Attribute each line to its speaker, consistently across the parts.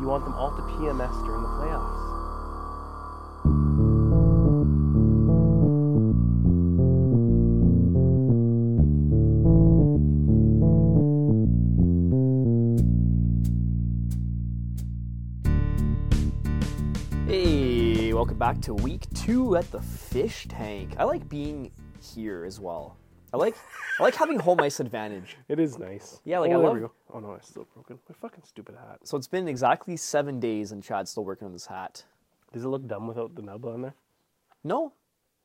Speaker 1: You want them all to PMS during the playoffs.
Speaker 2: Hey, welcome back to week two at the fish tank. I like being here as well. I like I like having home ice advantage.
Speaker 1: It is nice.
Speaker 2: Yeah, like,
Speaker 1: oh,
Speaker 2: I
Speaker 1: there
Speaker 2: love-
Speaker 1: we go. Oh no, it's still broken. My fucking stupid hat.
Speaker 2: So it's been exactly seven days and Chad's still working on this hat.
Speaker 1: Does it look dumb without the nub on there?
Speaker 2: No,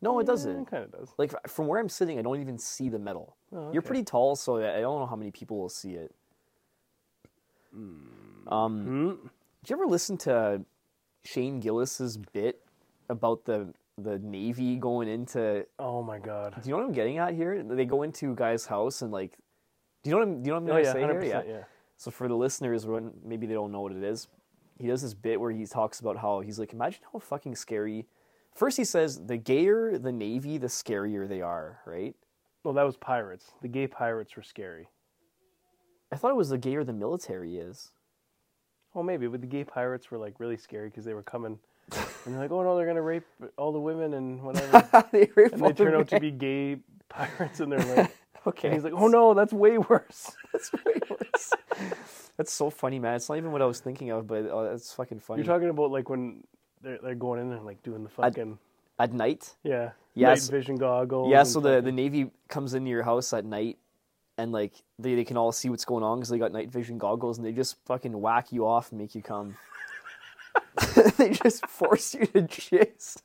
Speaker 2: no, it
Speaker 1: It
Speaker 2: doesn't.
Speaker 1: kind of does.
Speaker 2: Like f- from where I'm sitting, I don't even see the metal. You're pretty tall, so I I don't know how many people will see it. Um, Did you ever listen to Shane Gillis's bit about the the Navy going into
Speaker 1: Oh my god.
Speaker 2: Do you know what I'm getting at here? They go into a guy's house and like, do you know what I'm? Do you
Speaker 1: Oh,
Speaker 2: know what I'm gonna say here? So for the listeners, when maybe they don't know what it is, he does this bit where he talks about how he's like, imagine how fucking scary. First, he says the gayer the navy, the scarier they are, right?
Speaker 1: Well, that was pirates. The gay pirates were scary.
Speaker 2: I thought it was the gayer the military is.
Speaker 1: Well, maybe, but the gay pirates were like really scary because they were coming, and they're like, "Oh no, they're gonna rape all the women and whatever."
Speaker 2: they rape
Speaker 1: and
Speaker 2: all
Speaker 1: they
Speaker 2: the
Speaker 1: turn out to
Speaker 2: men.
Speaker 1: be gay pirates, and they're like,
Speaker 2: okay.
Speaker 1: and he's like, "Oh no, that's way worse."
Speaker 2: that's way worse. that's so funny, man. It's not even what I was thinking of, but uh, it's fucking funny.
Speaker 1: You're talking about like when they're they're going in and like doing the fucking
Speaker 2: At night,
Speaker 1: yeah
Speaker 2: Yeah,
Speaker 1: night
Speaker 2: so-
Speaker 1: vision goggles.
Speaker 2: Yeah,
Speaker 1: and
Speaker 2: so the,
Speaker 1: fucking-
Speaker 2: the Navy comes into your house at night and like they, they can all see what's going on because they got night vision goggles and they just fucking whack you off and make you come. they just force you to chase.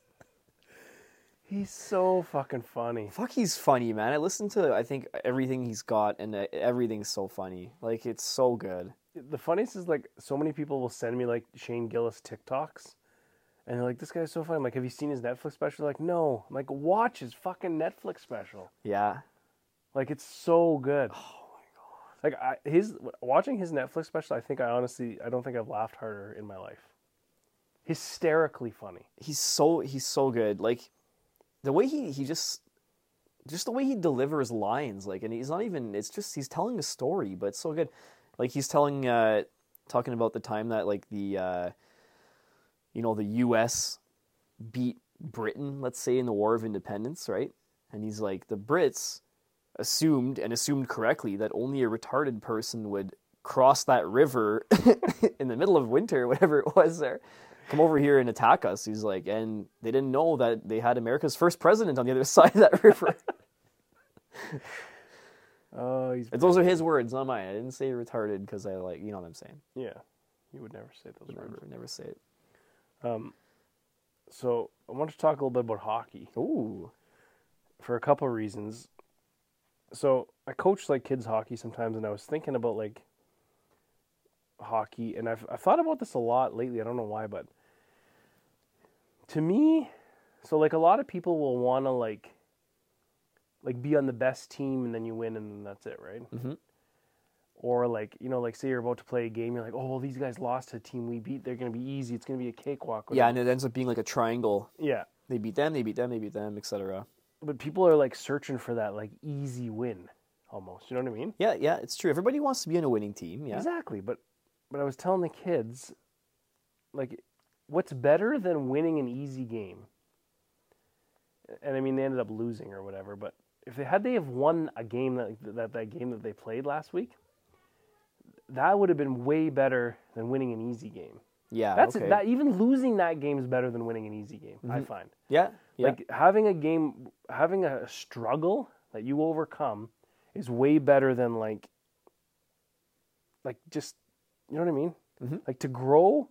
Speaker 1: he's so fucking funny.
Speaker 2: Fuck, he's funny, man. I listen to I think everything he's got and uh, everything's so funny. Like it's so good.
Speaker 1: The funniest is like so many people will send me like Shane Gillis TikToks. And they're like, this guy's so funny. I'm like, have you seen his Netflix special? They're like, no. I'm like, watch his fucking Netflix special.
Speaker 2: Yeah,
Speaker 1: Like it's so good. Oh my god. Like I, his watching his Netflix special, I think I honestly I don't think I've laughed harder in my life. Hysterically funny.
Speaker 2: he's so he's so good. Like the way he he just just the way he delivers lines like and he's not even it's just he's telling a story but it's so good like he's telling uh talking about the time that like the uh you know the US beat Britain let's say in the war of independence right and he's like the Brits assumed and assumed correctly that only a retarded person would cross that river in the middle of winter whatever it was there come over here and attack us he's like and they didn't know that they had America's first president on the other side of that river
Speaker 1: Oh, he's
Speaker 2: Those are his words, not mine. I didn't say retarded because I like, you know what I'm saying.
Speaker 1: yeah. You would never say those words.
Speaker 2: Never, never say it.
Speaker 1: So I want to talk a little bit about hockey
Speaker 2: Ooh,
Speaker 1: for a couple of reasons. So I coach like kids hockey sometimes, and I was thinking about like hockey, and I've I've thought about this a lot lately. I don't know why, but to me, so like a lot of people will want to like like be on the best team, and then you win, and then that's it, right?
Speaker 2: Mhm.
Speaker 1: Or like you know, like say you're about to play a game, you're like, oh well, these guys lost to a team we beat. They're gonna be easy. It's gonna be a cakewalk.
Speaker 2: yeah, and it ends up being like a triangle.
Speaker 1: yeah.
Speaker 2: They beat them, they beat them, they beat them, etc.
Speaker 1: but people are like searching for that like easy win almost you know what i mean
Speaker 2: Yeah, yeah, it's true. Everybody wants to be on a winning team. Yeah,
Speaker 1: exactly but but i was telling the kids like what's better than winning an easy game and i mean they ended up losing or whatever but if they had they have won a game that that, that game that they played last week that would have been way better than winning an easy game
Speaker 2: yeah,
Speaker 1: that's
Speaker 2: Ah, okay.
Speaker 1: that even losing that game is better than winning an easy game i find
Speaker 2: yeah, yeah,
Speaker 1: Like having a game, having a struggle that you overcome is way better than like, like just, you know what I mean?
Speaker 2: Mhm.
Speaker 1: Like to grow,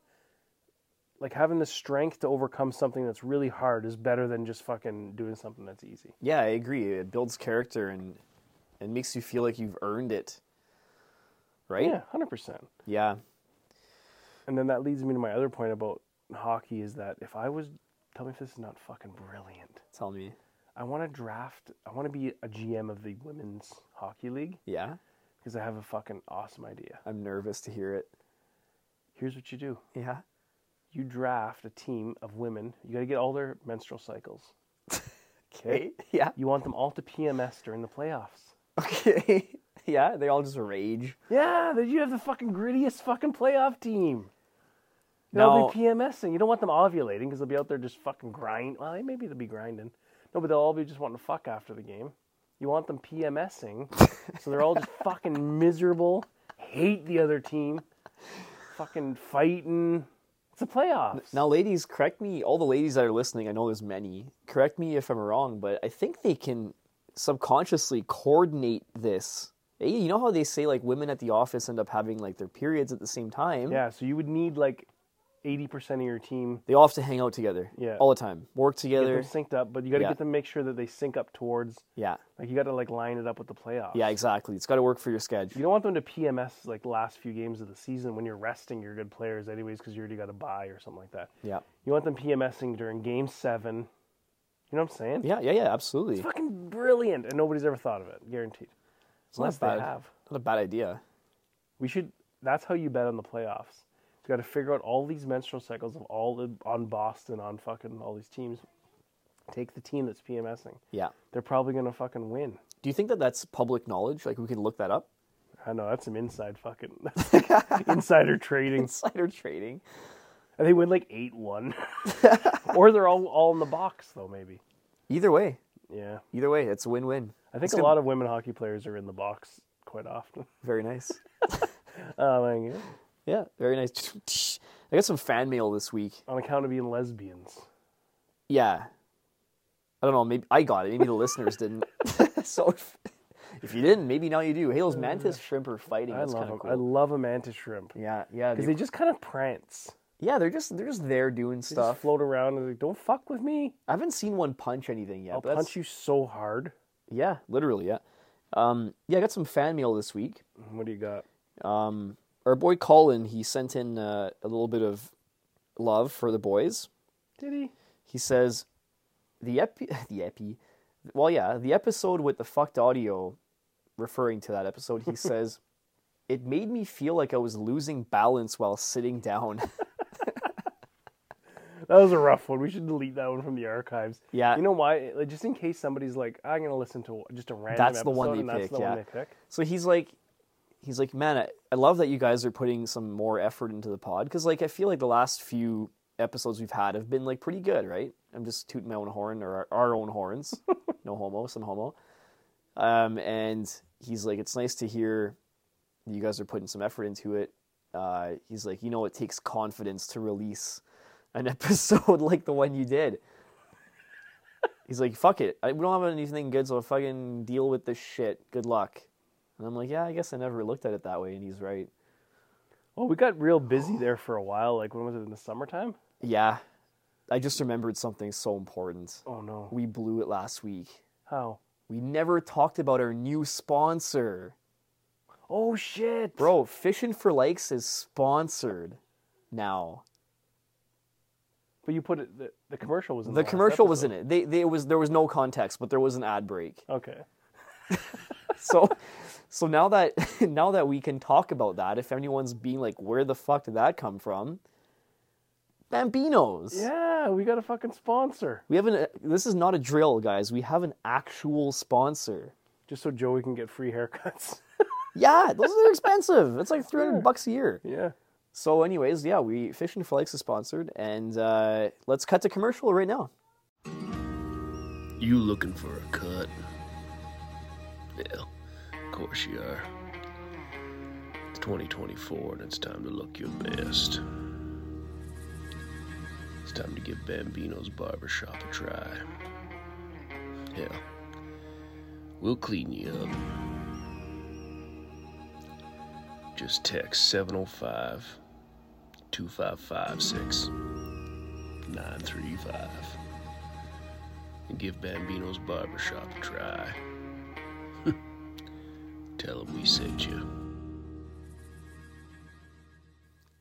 Speaker 1: like having the strength to overcome something that's really hard is better than just fucking doing something that's easy.
Speaker 2: yeah. I agree. It builds character and and makes you feel like you've earned it. Right?
Speaker 1: Yeah, hundred percent.
Speaker 2: Yeah.
Speaker 1: And then that leads me to my other point about hockey is that if I was, tell me if this is not fucking brilliant.
Speaker 2: Tell me.
Speaker 1: I want to draft. I want to be a GM of the women's hockey league
Speaker 2: Yeah,
Speaker 1: because I have a fucking awesome idea.
Speaker 2: I'm nervous to hear it.
Speaker 1: Here's what you do.
Speaker 2: Yeah.
Speaker 1: you draft a team of women. You got to get all their menstrual cycles.
Speaker 2: Okay. Yeah.
Speaker 1: You want them all to PMS during the playoffs.
Speaker 2: Okay. yeah. They all just rage.
Speaker 1: Yeah, then you have the fucking grittiest fucking playoff team. They'll
Speaker 2: Now-
Speaker 1: be PMSing. You don't want them ovulating because they'll be out there just fucking grind. Well, they maybe they'll be grinding. No, but they'll all be just wanting to fuck after the game. You want them PMSing, so they're all just fucking miserable, hate the other team, fucking fighting. It's the playoffs.
Speaker 2: Now, ladies, correct me. All the ladies that are listening, I know there's many. Correct me if I'm wrong, but I think they can subconsciously coordinate this. Eh, You know how they say like women at the office end up having like their periods at the same time.
Speaker 1: Yeah, so you would need like eighty percent of your team
Speaker 2: They all have to hang out together.
Speaker 1: Yeah.
Speaker 2: All the time, work
Speaker 1: get them
Speaker 2: together.
Speaker 1: synced up, but you got to
Speaker 2: Yeah.
Speaker 1: get them make sure that they sync up towards.
Speaker 2: Yeah.
Speaker 1: Like you got to like line it up with the playoffs.
Speaker 2: Yeah. Exactly. It's got to work for your schedule.
Speaker 1: You don't want them to PMS like last few games of the season when you're resting your good players, anyways, because you already got a bye or something like that.
Speaker 2: Yeah.
Speaker 1: You want them PMSing during game seven. You know what I'm saying?
Speaker 2: Yeah. Yeah. Yeah. Absolutely.
Speaker 1: It's fucking brilliant, and nobody's ever thought of it, guaranteed.
Speaker 2: It's not
Speaker 1: Unless they
Speaker 2: bad.
Speaker 1: have.
Speaker 2: Not a bad idea.
Speaker 1: We should. That's how you bet on the playoffs. You got to figure out all these menstrual cycles of all the, on Boston, on fucking all these teams. Take the team that's PMSing.
Speaker 2: Yeah.
Speaker 1: They're probably gonna fucking win.
Speaker 2: Do you think that that's public knowledge? Like we can look that up.
Speaker 1: I know that's some inside fucking that's like insider trading.
Speaker 2: Insider trading.
Speaker 1: And they win like eight one, or they're all all in the box though. Maybe.
Speaker 2: Either way.
Speaker 1: Yeah,
Speaker 2: Either way, it's a win-win.
Speaker 1: I think
Speaker 2: It's
Speaker 1: a
Speaker 2: gonna-
Speaker 1: lot of women hockey players are in the box quite often.
Speaker 2: Very nice.
Speaker 1: Um, and, yeah,
Speaker 2: Yeah, very nice. I got some fan mail this week.
Speaker 1: on account of being lesbians.
Speaker 2: Yeah. I don't know, maybe I got it. Maybe the listeners didn't. so if, if you didn't, maybe now you do. Halo's mantis shrimp are fighting.
Speaker 1: I
Speaker 2: That's
Speaker 1: love
Speaker 2: kind
Speaker 1: them.
Speaker 2: of
Speaker 1: I
Speaker 2: cool.
Speaker 1: love a mantis shrimp
Speaker 2: Yeah, yeah.
Speaker 1: because
Speaker 2: they-
Speaker 1: they just kind of prance.
Speaker 2: yeah, they're just they're just there doing
Speaker 1: They
Speaker 2: stuff.
Speaker 1: just float around and they're like, don't fuck with me.
Speaker 2: I haven't seen one punch anything yet.
Speaker 1: I'll
Speaker 2: but that's-
Speaker 1: Oh, punch you so hard.
Speaker 2: Yeah, literally, yeah. Um, yeah, I got some fan mail this week.
Speaker 1: Mm, What do you got?
Speaker 2: Um, our boy Colin, he sent in uh, a little bit of love for the boys.
Speaker 1: Did he?
Speaker 2: He says, the epi, the epi, well, yeah, the episode with the fucked audio, referring to that episode, he says, it made me feel like I was losing balance while sitting down.
Speaker 1: That was a rough one. We should delete that one from the archives.
Speaker 2: Yeah.
Speaker 1: You know why? Like, just in case somebody's like, I'm gonna listen to just a random.
Speaker 2: That's the
Speaker 1: episode,
Speaker 2: one they
Speaker 1: and that's
Speaker 2: pick,
Speaker 1: The
Speaker 2: yeah.
Speaker 1: one they pick.
Speaker 2: so he's like, he's like, man, I, I love that you guys are putting some more effort into the pod because, like, I feel like the last few episodes we've had have been like pretty good, right? I'm just tooting my own horn or our, our own horns, no homo, some homo. Um, and he's like, it's nice to hear that you guys are putting some effort into it. Uh, he's like, you know, it takes confidence to release an episode like the one you did. He's like, fuck it. I, we don't have anything good, so fucking deal with this shit. Good luck. And I'm like, yeah, I guess I never looked at it that way. And he's right.
Speaker 1: Well, Oh, we got real busy there for a while. Like, when was it in the summertime?
Speaker 2: Yeah. I just remembered something so important.
Speaker 1: Oh no!
Speaker 2: We blew it last week.
Speaker 1: How?
Speaker 2: We never talked about our new sponsor.
Speaker 1: Oh shit,
Speaker 2: Bro, Fishing for Likes is sponsored now.
Speaker 1: But you put it. The, the commercial was in the,
Speaker 2: The commercial was in it. They, they it was there was no context, but there was an ad break.
Speaker 1: Okay.
Speaker 2: so so now that now that we can talk about that if anyone's being like where the fuck did that come from bambinos
Speaker 1: Yeah, we got a fucking sponsor.
Speaker 2: we have an uh, this is not a drill guys we have an actual sponsor
Speaker 1: Just so Joey can get free haircuts.
Speaker 2: yeah those are expensive it's like 300 bucks a year
Speaker 1: yeah.
Speaker 2: so anyways yeah we fishing for likes is sponsored and uh, let's cut to commercial right now
Speaker 3: You looking for a cut? Yeah, of course you are. It's 2024 and it's time to look your best. It's time to give Bambino's barbershop a try. Yeah, we'll clean you up. Just text 705 2556 935 and give Bambino's barbershop a try. Tell him we sent you.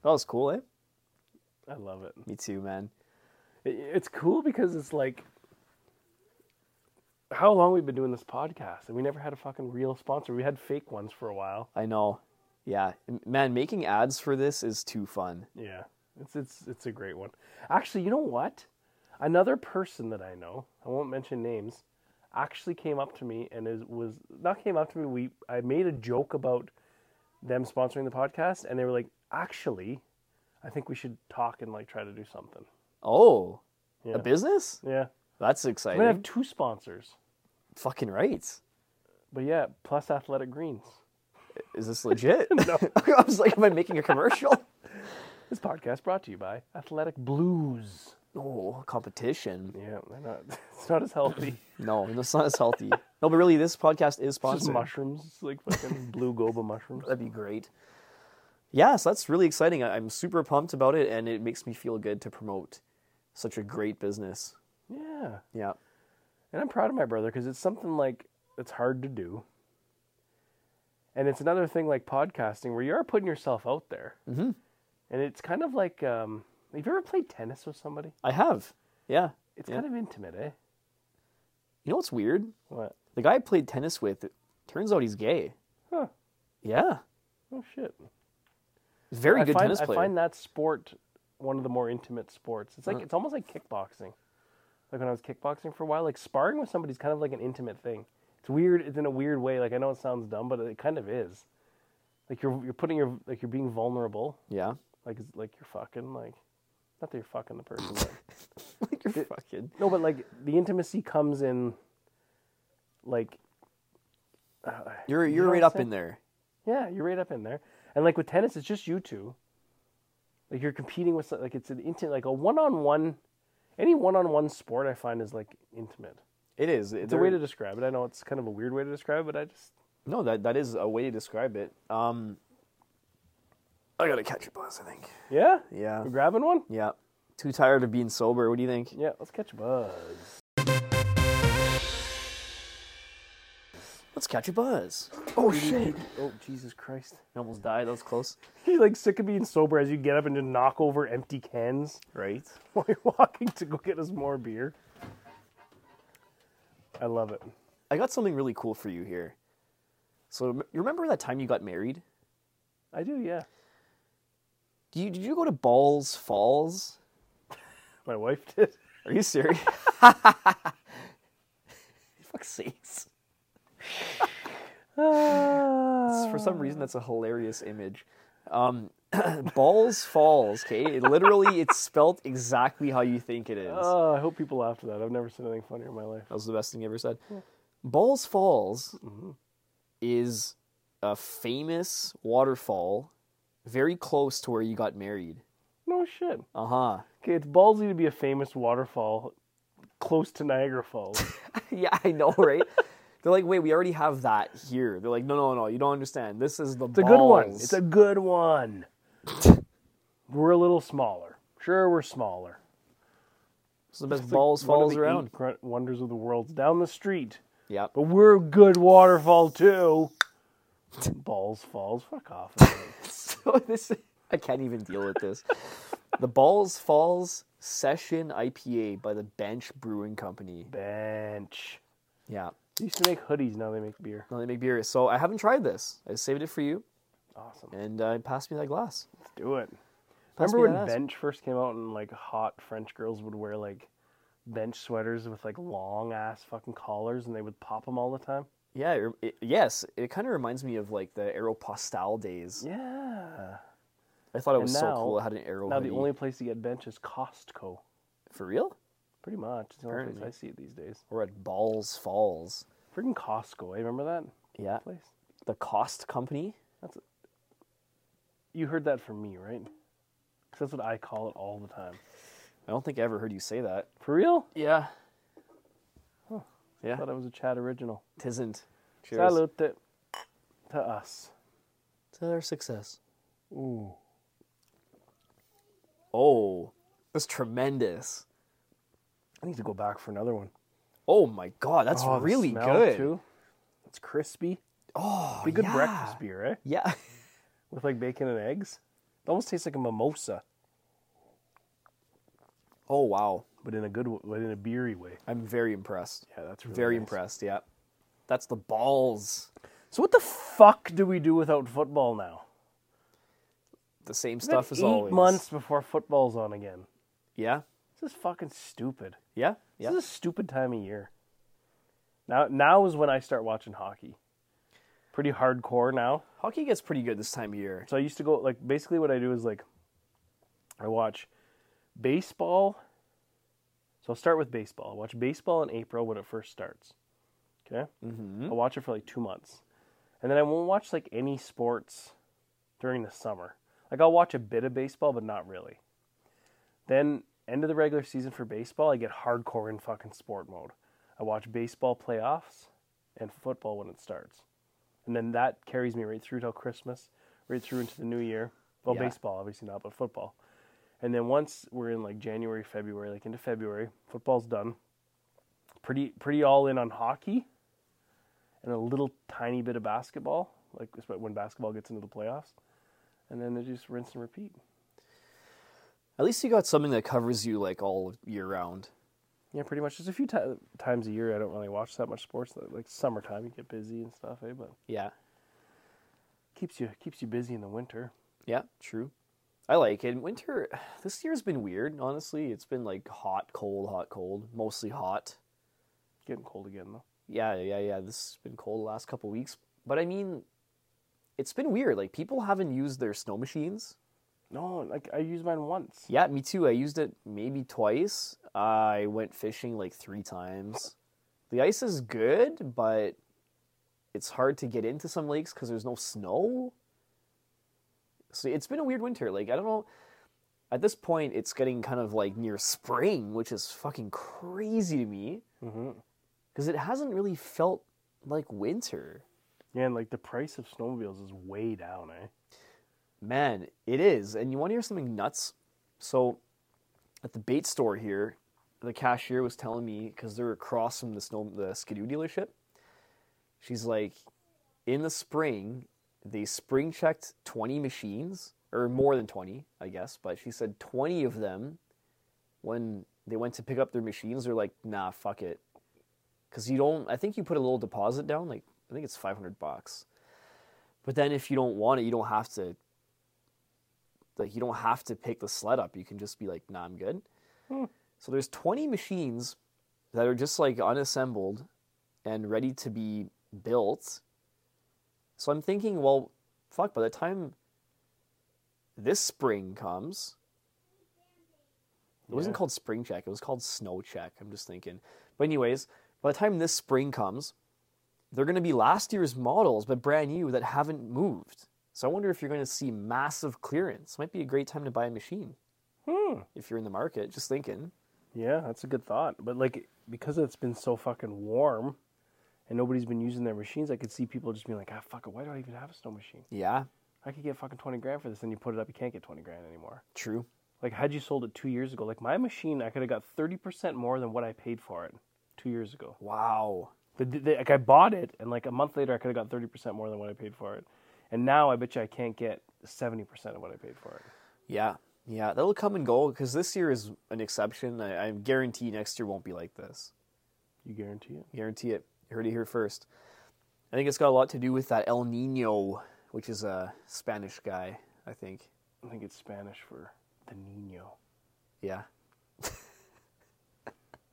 Speaker 2: that was cool eh
Speaker 1: I love it.
Speaker 2: me too man
Speaker 1: It- It's cool because it's like how long we've been doing this podcast, and we never had a fucking real sponsor. We had fake ones for a while.
Speaker 2: i know yeah man making ads for this is too fun
Speaker 1: Yeah, it's it's it's a great one. Actually, you know what? Another person that I know, I won't mention names, actually came up to me and is was not came up to me. We I made a joke about them sponsoring the podcast, and they were like, "Actually, I I think we should talk and like try to do something.
Speaker 2: Oh,
Speaker 1: Yeah.
Speaker 2: a business?
Speaker 1: Yeah.
Speaker 2: That's
Speaker 1: We
Speaker 2: exciting.
Speaker 1: might have two sponsors.
Speaker 2: Fucking right.
Speaker 1: But yeah, plus Athletic Greens.
Speaker 2: Is this legit? I was like, am I making a commercial?
Speaker 1: This podcast brought to you by Athletic Blues.
Speaker 2: oh, competition.
Speaker 1: Yeah, they're not, it's not as healthy.
Speaker 2: No, that's not as healthy. No, but really, this podcast is
Speaker 1: It's just
Speaker 2: sponsored.
Speaker 1: mushrooms. It's like fucking blue goba mushrooms.
Speaker 2: That'd be great. Yes, that's really exciting. I- I'm super pumped about it, and it makes me feel good to promote such a great business.
Speaker 1: Yeah.
Speaker 2: Yeah.
Speaker 1: And I'm proud of my brother because it's something like it's hard to do. And it's another thing like podcasting where you are putting yourself out there. Mm-hmm. And it's kind of like um, have you ever played tennis with somebody?
Speaker 2: I have. Yeah.
Speaker 1: It's
Speaker 2: Yeah.
Speaker 1: kind of intimate, eh?
Speaker 2: You know what's weird?
Speaker 1: What?
Speaker 2: The guy I played tennis with, it turns out he's gay.
Speaker 1: Huh.
Speaker 2: Yeah.
Speaker 1: Oh shit.
Speaker 2: Very
Speaker 1: I
Speaker 2: good
Speaker 1: find,
Speaker 2: tennis player.
Speaker 1: I find that sport one of the more intimate sports. It's like
Speaker 2: Uh-huh.
Speaker 1: it's almost like kickboxing. Like when I was kickboxing for a while, like sparring with somebody's kind of like an intimate thing. It's weird. It's in a weird way. Like I know it sounds dumb, but it kind of is. Like you're you're putting your like you're being vulnerable.
Speaker 2: yeah.
Speaker 1: Like it's- like you're fucking like, not that you're fucking the person. But,
Speaker 2: like you're fucking.
Speaker 1: no, but like the intimacy comes in. Like
Speaker 2: You're you're
Speaker 1: know
Speaker 2: right
Speaker 1: what
Speaker 2: up
Speaker 1: I'm
Speaker 2: in there.
Speaker 1: Yeah, you're right up in there. And like with tennis, it's just you two. Like you're competing with like it's an intimate like a one-on-one. Any one-on-one sport I find is like intimate.
Speaker 2: It is.
Speaker 1: It's a way to describe it. I know it's kind of a weird way to describe it, but I just
Speaker 2: No, that that is a way to describe it. Um, I gotta catch a buzz. I think.
Speaker 1: yeah.
Speaker 2: Yeah.
Speaker 1: We're grabbing one.
Speaker 2: Yeah. Too tired of being sober. What do you think?
Speaker 1: Yeah, let's catch a buzz.
Speaker 2: Let's catch a buzz.
Speaker 1: Oh shit! Oh Jesus Christ!
Speaker 2: I almost died. That was close.
Speaker 1: You're like sick of being sober as you get up and just knock over empty cans
Speaker 2: Right.
Speaker 1: while you're walking to go get us more beer. I love it.
Speaker 2: I got something really cool for you here. So m- you remember that time you got married?
Speaker 1: I do, yeah.
Speaker 2: Do you, did you go to Balls Falls?
Speaker 1: My wife did.
Speaker 2: Are you serious? Fuck's sakes.
Speaker 1: Ah.
Speaker 2: It's- For some
Speaker 1: Uh.
Speaker 2: reason, that's a hilarious image. Um, Balls Falls, okay? It literally, it's spelt exactly how you think it is. That
Speaker 1: Oh, I hope people laughed at that. I've never said anything funnier in my life.
Speaker 2: was the best thing you ever said. Balls Falls
Speaker 1: Mm-hmm.
Speaker 2: is a famous waterfall very close to where you got married.
Speaker 1: No shit.
Speaker 2: Uh huh.
Speaker 1: Okay, it's ballsy to be a famous waterfall close to Niagara Falls.
Speaker 2: Yeah, I know, right? They're like, wait, we already have that here. They're like, no, no, no, you don't understand. This is the
Speaker 1: It's a good one. It's a good one. we're a little smaller. Sure, we're smaller.
Speaker 2: It's the best
Speaker 1: It's like
Speaker 2: balls
Speaker 1: one of
Speaker 2: falls
Speaker 1: the
Speaker 2: around.
Speaker 1: eight grunt wonders of the world's down the street.
Speaker 2: Yeah.
Speaker 1: But we're a good waterfall too. Balls falls. Fuck off.
Speaker 2: So this I can't even deal with this. the Balls Falls Session IPA by the Bench Brewing Company.
Speaker 1: Bench.
Speaker 2: Yeah.
Speaker 1: They used to make hoodies. Now they make beer.
Speaker 2: No, they make beer. So I haven't tried this. I saved it for you
Speaker 1: Awesome.
Speaker 2: and uh, pass me that glass.
Speaker 1: Let's do it.
Speaker 2: Pass
Speaker 1: Remember
Speaker 2: me
Speaker 1: when
Speaker 2: that ass.
Speaker 1: bench first came out and like hot French girls would wear like bench sweaters with like long ass fucking collars and they would pop them all the time?
Speaker 2: Yeah, it, it- yes, it kind of reminds me of like the Aeropostale days.
Speaker 1: Yeah.
Speaker 2: I thought it
Speaker 1: And
Speaker 2: was
Speaker 1: now-
Speaker 2: so cool. It had an arrow.
Speaker 1: Now the
Speaker 2: hoodie.
Speaker 1: only place to get bench is Costco.
Speaker 2: for real.
Speaker 1: Pretty much. It's the only place
Speaker 2: Apparently.
Speaker 1: I see it these days.
Speaker 2: We're at Balls Falls.
Speaker 1: Freaking Costco. I remember that
Speaker 2: Yeah,
Speaker 1: place.
Speaker 2: the Cost Company.
Speaker 1: You heard that from me, right? 'Cause that's what I call it all the time.
Speaker 2: I don't think I ever heard you say that.
Speaker 1: For real?
Speaker 2: Yeah.
Speaker 1: I
Speaker 2: Yeah.
Speaker 1: thought it was a chat original.
Speaker 2: Tisn't. Cheers.
Speaker 1: Salute to us.
Speaker 2: To their success.
Speaker 1: Ooh.
Speaker 2: Oh, that's tremendous.
Speaker 1: I need to go back for another one.
Speaker 2: Oh my god, that's
Speaker 1: Oh, the
Speaker 2: really
Speaker 1: smell,
Speaker 2: good.
Speaker 1: Too. It's crispy.
Speaker 2: Oh,
Speaker 1: Be good
Speaker 2: yeah.
Speaker 1: breakfast beer, eh?
Speaker 2: Yeah.
Speaker 1: With like bacon and eggs. It almost tastes like a mimosa,
Speaker 2: Oh wow,
Speaker 1: but in a good, w- but in a beery way.
Speaker 2: I'm very impressed.
Speaker 1: Yeah, that's really
Speaker 2: very
Speaker 1: nice.
Speaker 2: impressed. Yeah, that's the balls.
Speaker 1: So what the fuck do we do without football now?
Speaker 2: The same
Speaker 1: It's been
Speaker 2: stuff as
Speaker 1: eight
Speaker 2: always.
Speaker 1: months before football's on again.
Speaker 2: Yeah.
Speaker 1: This is fucking stupid.
Speaker 2: Yeah. Yeah.
Speaker 1: This is a stupid time of year. Now, now is when I start watching hockey. Pretty hardcore now.
Speaker 2: Hockey gets pretty good this time of year.
Speaker 1: So I used to go like basically what I do is like I watch baseball. So I'll start with baseball. I watch baseball in April when it first starts. Okay?
Speaker 2: Mm-hmm.
Speaker 1: I'll watch it for like two months. And then I won't watch like any sports during the summer. Like I'll watch a bit of baseball, but not really. Then end of the regular season for baseball, I get hardcore in fucking sport mode. I watch baseball playoffs and football when it starts. And then that carries me right through till Christmas, right through into the new year. Well,
Speaker 2: Yeah.
Speaker 1: baseball obviously not, but football. And then once we're in like January, February, like into February, football's done. Pretty pretty all in on hockey and a little tiny bit of basketball, like it's when basketball gets into the playoffs, and then they just rinse and repeat.
Speaker 2: At least you got something that covers you like all year round.
Speaker 1: Yeah, pretty much. There's a few ti times a year I don't really watch that much sports. Like, like summertime, you get busy and stuff, eh? But
Speaker 2: Yeah.
Speaker 1: keeps you keeps you busy in the winter.
Speaker 2: Yeah, true. I like it. Winter this year's been weird, honestly. It's been like hot, cold, hot, cold, mostly hot.
Speaker 1: Getting cold again though.
Speaker 2: Yeah, yeah, yeah. This has been cold the last couple weeks, but I mean, it's been weird. Like people haven't used their snow machines.
Speaker 1: No, like I used mine once.
Speaker 2: Yeah, me too. I used it maybe twice. I went fishing like three times. The ice is good, but it's hard to get into some lakes because there's no snow. So it's been a weird winter. Like I don't know. At this point, it's getting kind of like near spring, which is fucking crazy to me
Speaker 1: hmm
Speaker 2: because it hasn't really felt like winter.
Speaker 1: Yeah, and like the price of snowmobiles is way down, eh?
Speaker 2: Man, it is. And you want to hear something nuts? So, at the bait store here, the cashier was telling me because they're across from the snow, the skidoo dealership. She's like, in the spring, they spring checked 20 machines, or more than 20, I guess, but she said 20 of them, when they went to pick up their machines, they're like, nah, fuck it. Because you don't, I think you put a little deposit down, like, I think it's 500 bucks. But then if you don't want it, you don't have to like you don't have to pick the sled up. You can just be like, nah, I'm good. So there's 20 machines that are just like unassembled and ready to be built. So I'm thinking, well, fuck, by the time this spring comes, it wasn't
Speaker 1: Yeah.
Speaker 2: called spring check, it was called snow check. I'm just thinking. But anyways, by the time this spring comes, they're going to be last year's models but brand new that haven't moved. So I wonder if you're going to see massive clearance. Might be a great time to buy a machine
Speaker 1: Hmm.
Speaker 2: if you're in the market. Just thinking.
Speaker 1: Yeah, that's a good thought. But like because it's been so fucking warm, and nobody's been using their machines, I could see people just being like, ah, fuck it. Why do I even have a snow machine?
Speaker 2: Yeah,
Speaker 1: I could get fucking twenty grand for this, and you put it up, you can't get twenty grand anymore.
Speaker 2: true.
Speaker 1: Like, had you sold it two years ago, like my machine, I could have got 30% more than what I paid for it two years ago.
Speaker 2: Wow.
Speaker 1: The, the, like, I bought it, and like a month later, I could have got 30% more than what I paid for it. And now I bet you I can't get 70% of what I paid for it.
Speaker 2: Yeah, yeah, that'll come and go because this year is an exception. I, I guarantee next year won't be like this.
Speaker 1: You guarantee it?
Speaker 2: Guarantee it. You heard it here first. I think it's got a lot to do with that El Nino, which is a Spanish guy, I think.
Speaker 1: I think it's Spanish for the Nino.
Speaker 2: Yeah,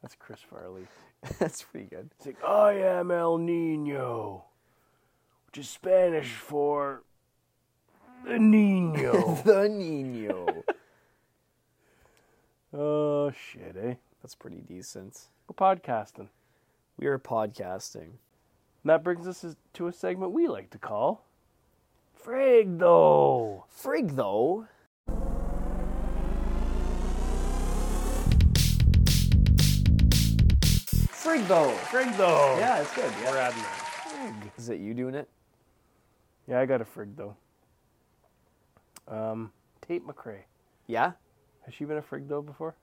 Speaker 1: That's Chris Farley.
Speaker 2: that's pretty good.
Speaker 1: It's like, I am El Nino, which is Spanish for the Nino.
Speaker 2: the Nino.
Speaker 1: oh, shit, eh?
Speaker 2: that's pretty decent.
Speaker 1: We're podcasting.
Speaker 2: We are podcasting.
Speaker 1: And that brings us is- to a segment we like to call Frig though.
Speaker 2: Frig though. Frig though.
Speaker 1: Frig though.
Speaker 2: Yeah, it's good.
Speaker 1: We're
Speaker 2: Yeah.
Speaker 1: adding that. Frig.
Speaker 2: Is it you doing it?
Speaker 1: Yeah, I got a frig though. Um, Tate McRae.
Speaker 2: Yeah?
Speaker 1: Has she been a frig though before?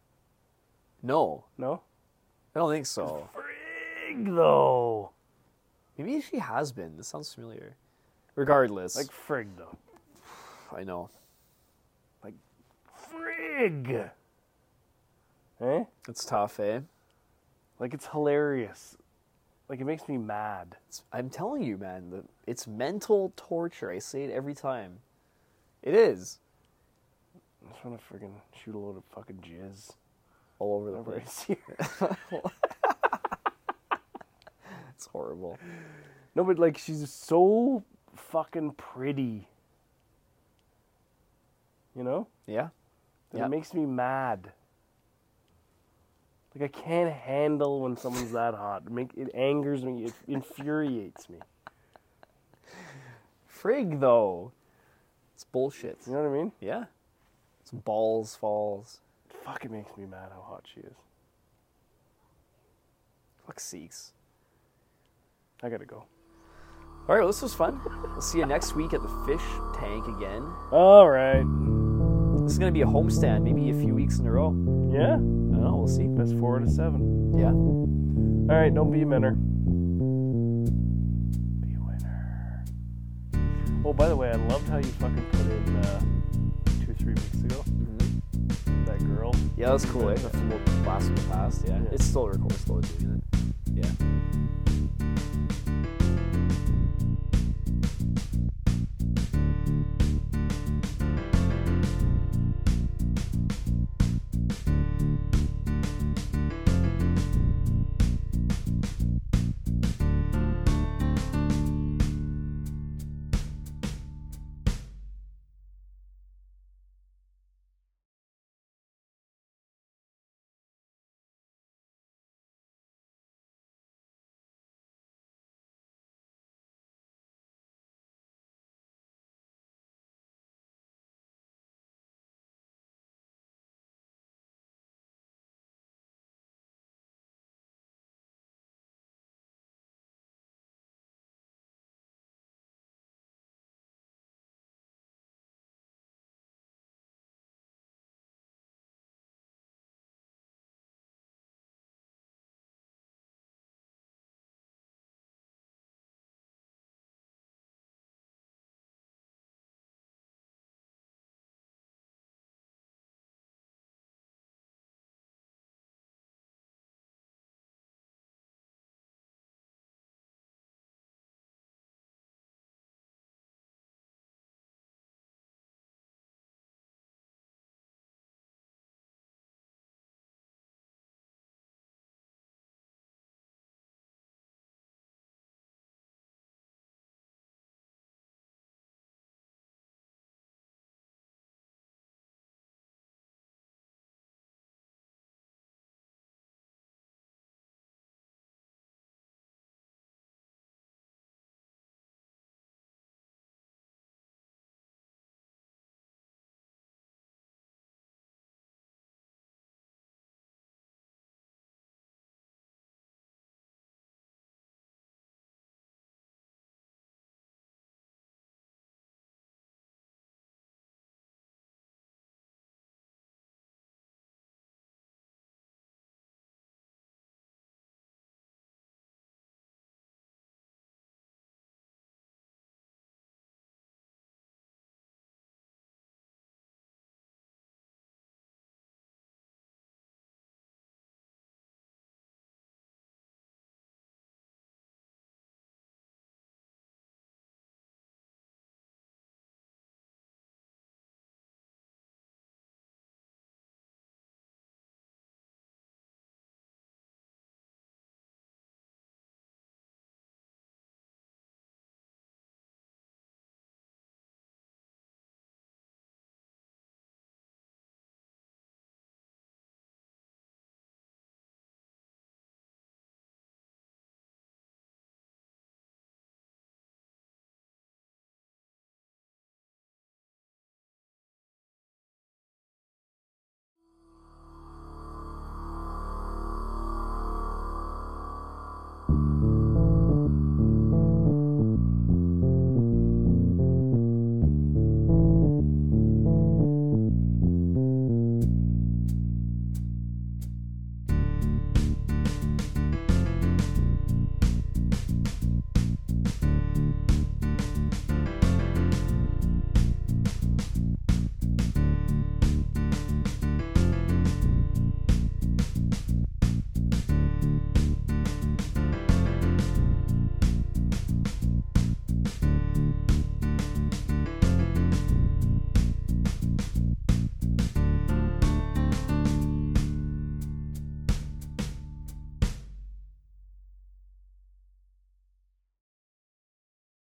Speaker 2: No.
Speaker 1: No?
Speaker 2: I don't think so.
Speaker 1: Frig though.
Speaker 2: Maybe she has been. This sounds familiar. Regardless.
Speaker 1: Like frig though.
Speaker 2: I know.
Speaker 1: Frig. Eh?
Speaker 2: It's tough, eh?
Speaker 1: Like it's hilarious. Like it makes me mad.
Speaker 2: It's, I'm telling you, man, the, it's mental torture. I say it every time. It is.
Speaker 1: I just want to friggin' shoot a load of fucking jizz
Speaker 2: All over the
Speaker 1: over
Speaker 2: place.
Speaker 1: his ear.
Speaker 2: It's horrible.
Speaker 1: No, but like she's so fucking pretty. You know?
Speaker 2: Yeah?
Speaker 1: And
Speaker 2: Yeah.
Speaker 1: It makes me mad. Like I can't handle when someone's that hot. It, make, it angers me. It infuriates me.
Speaker 2: Frig though. It's bullshit.
Speaker 1: You know what I mean?
Speaker 2: Yeah. It's balls falls.
Speaker 1: Fuck! It makes me mad how hot she is.
Speaker 2: Fuck seeks.
Speaker 1: I gotta go.
Speaker 2: All right, well, this was fun. We'll see you next week at the fish tank again.
Speaker 1: All right.
Speaker 2: This is gonna be a homestand, maybe a few weeks in a row. I
Speaker 1: Yeah.
Speaker 2: don't know. We'll see.
Speaker 1: That's four to seven.
Speaker 2: Yeah.
Speaker 1: All right. Don't be a winner. Be a winner. Oh, by the way, I loved how you fucking put in uh, two, three weeks ago. That girl.
Speaker 2: Yeah, that's cool. eh? That's a little blast from the past. Yeah.
Speaker 1: Yeah.
Speaker 2: It's still records slow doing it. Yeah.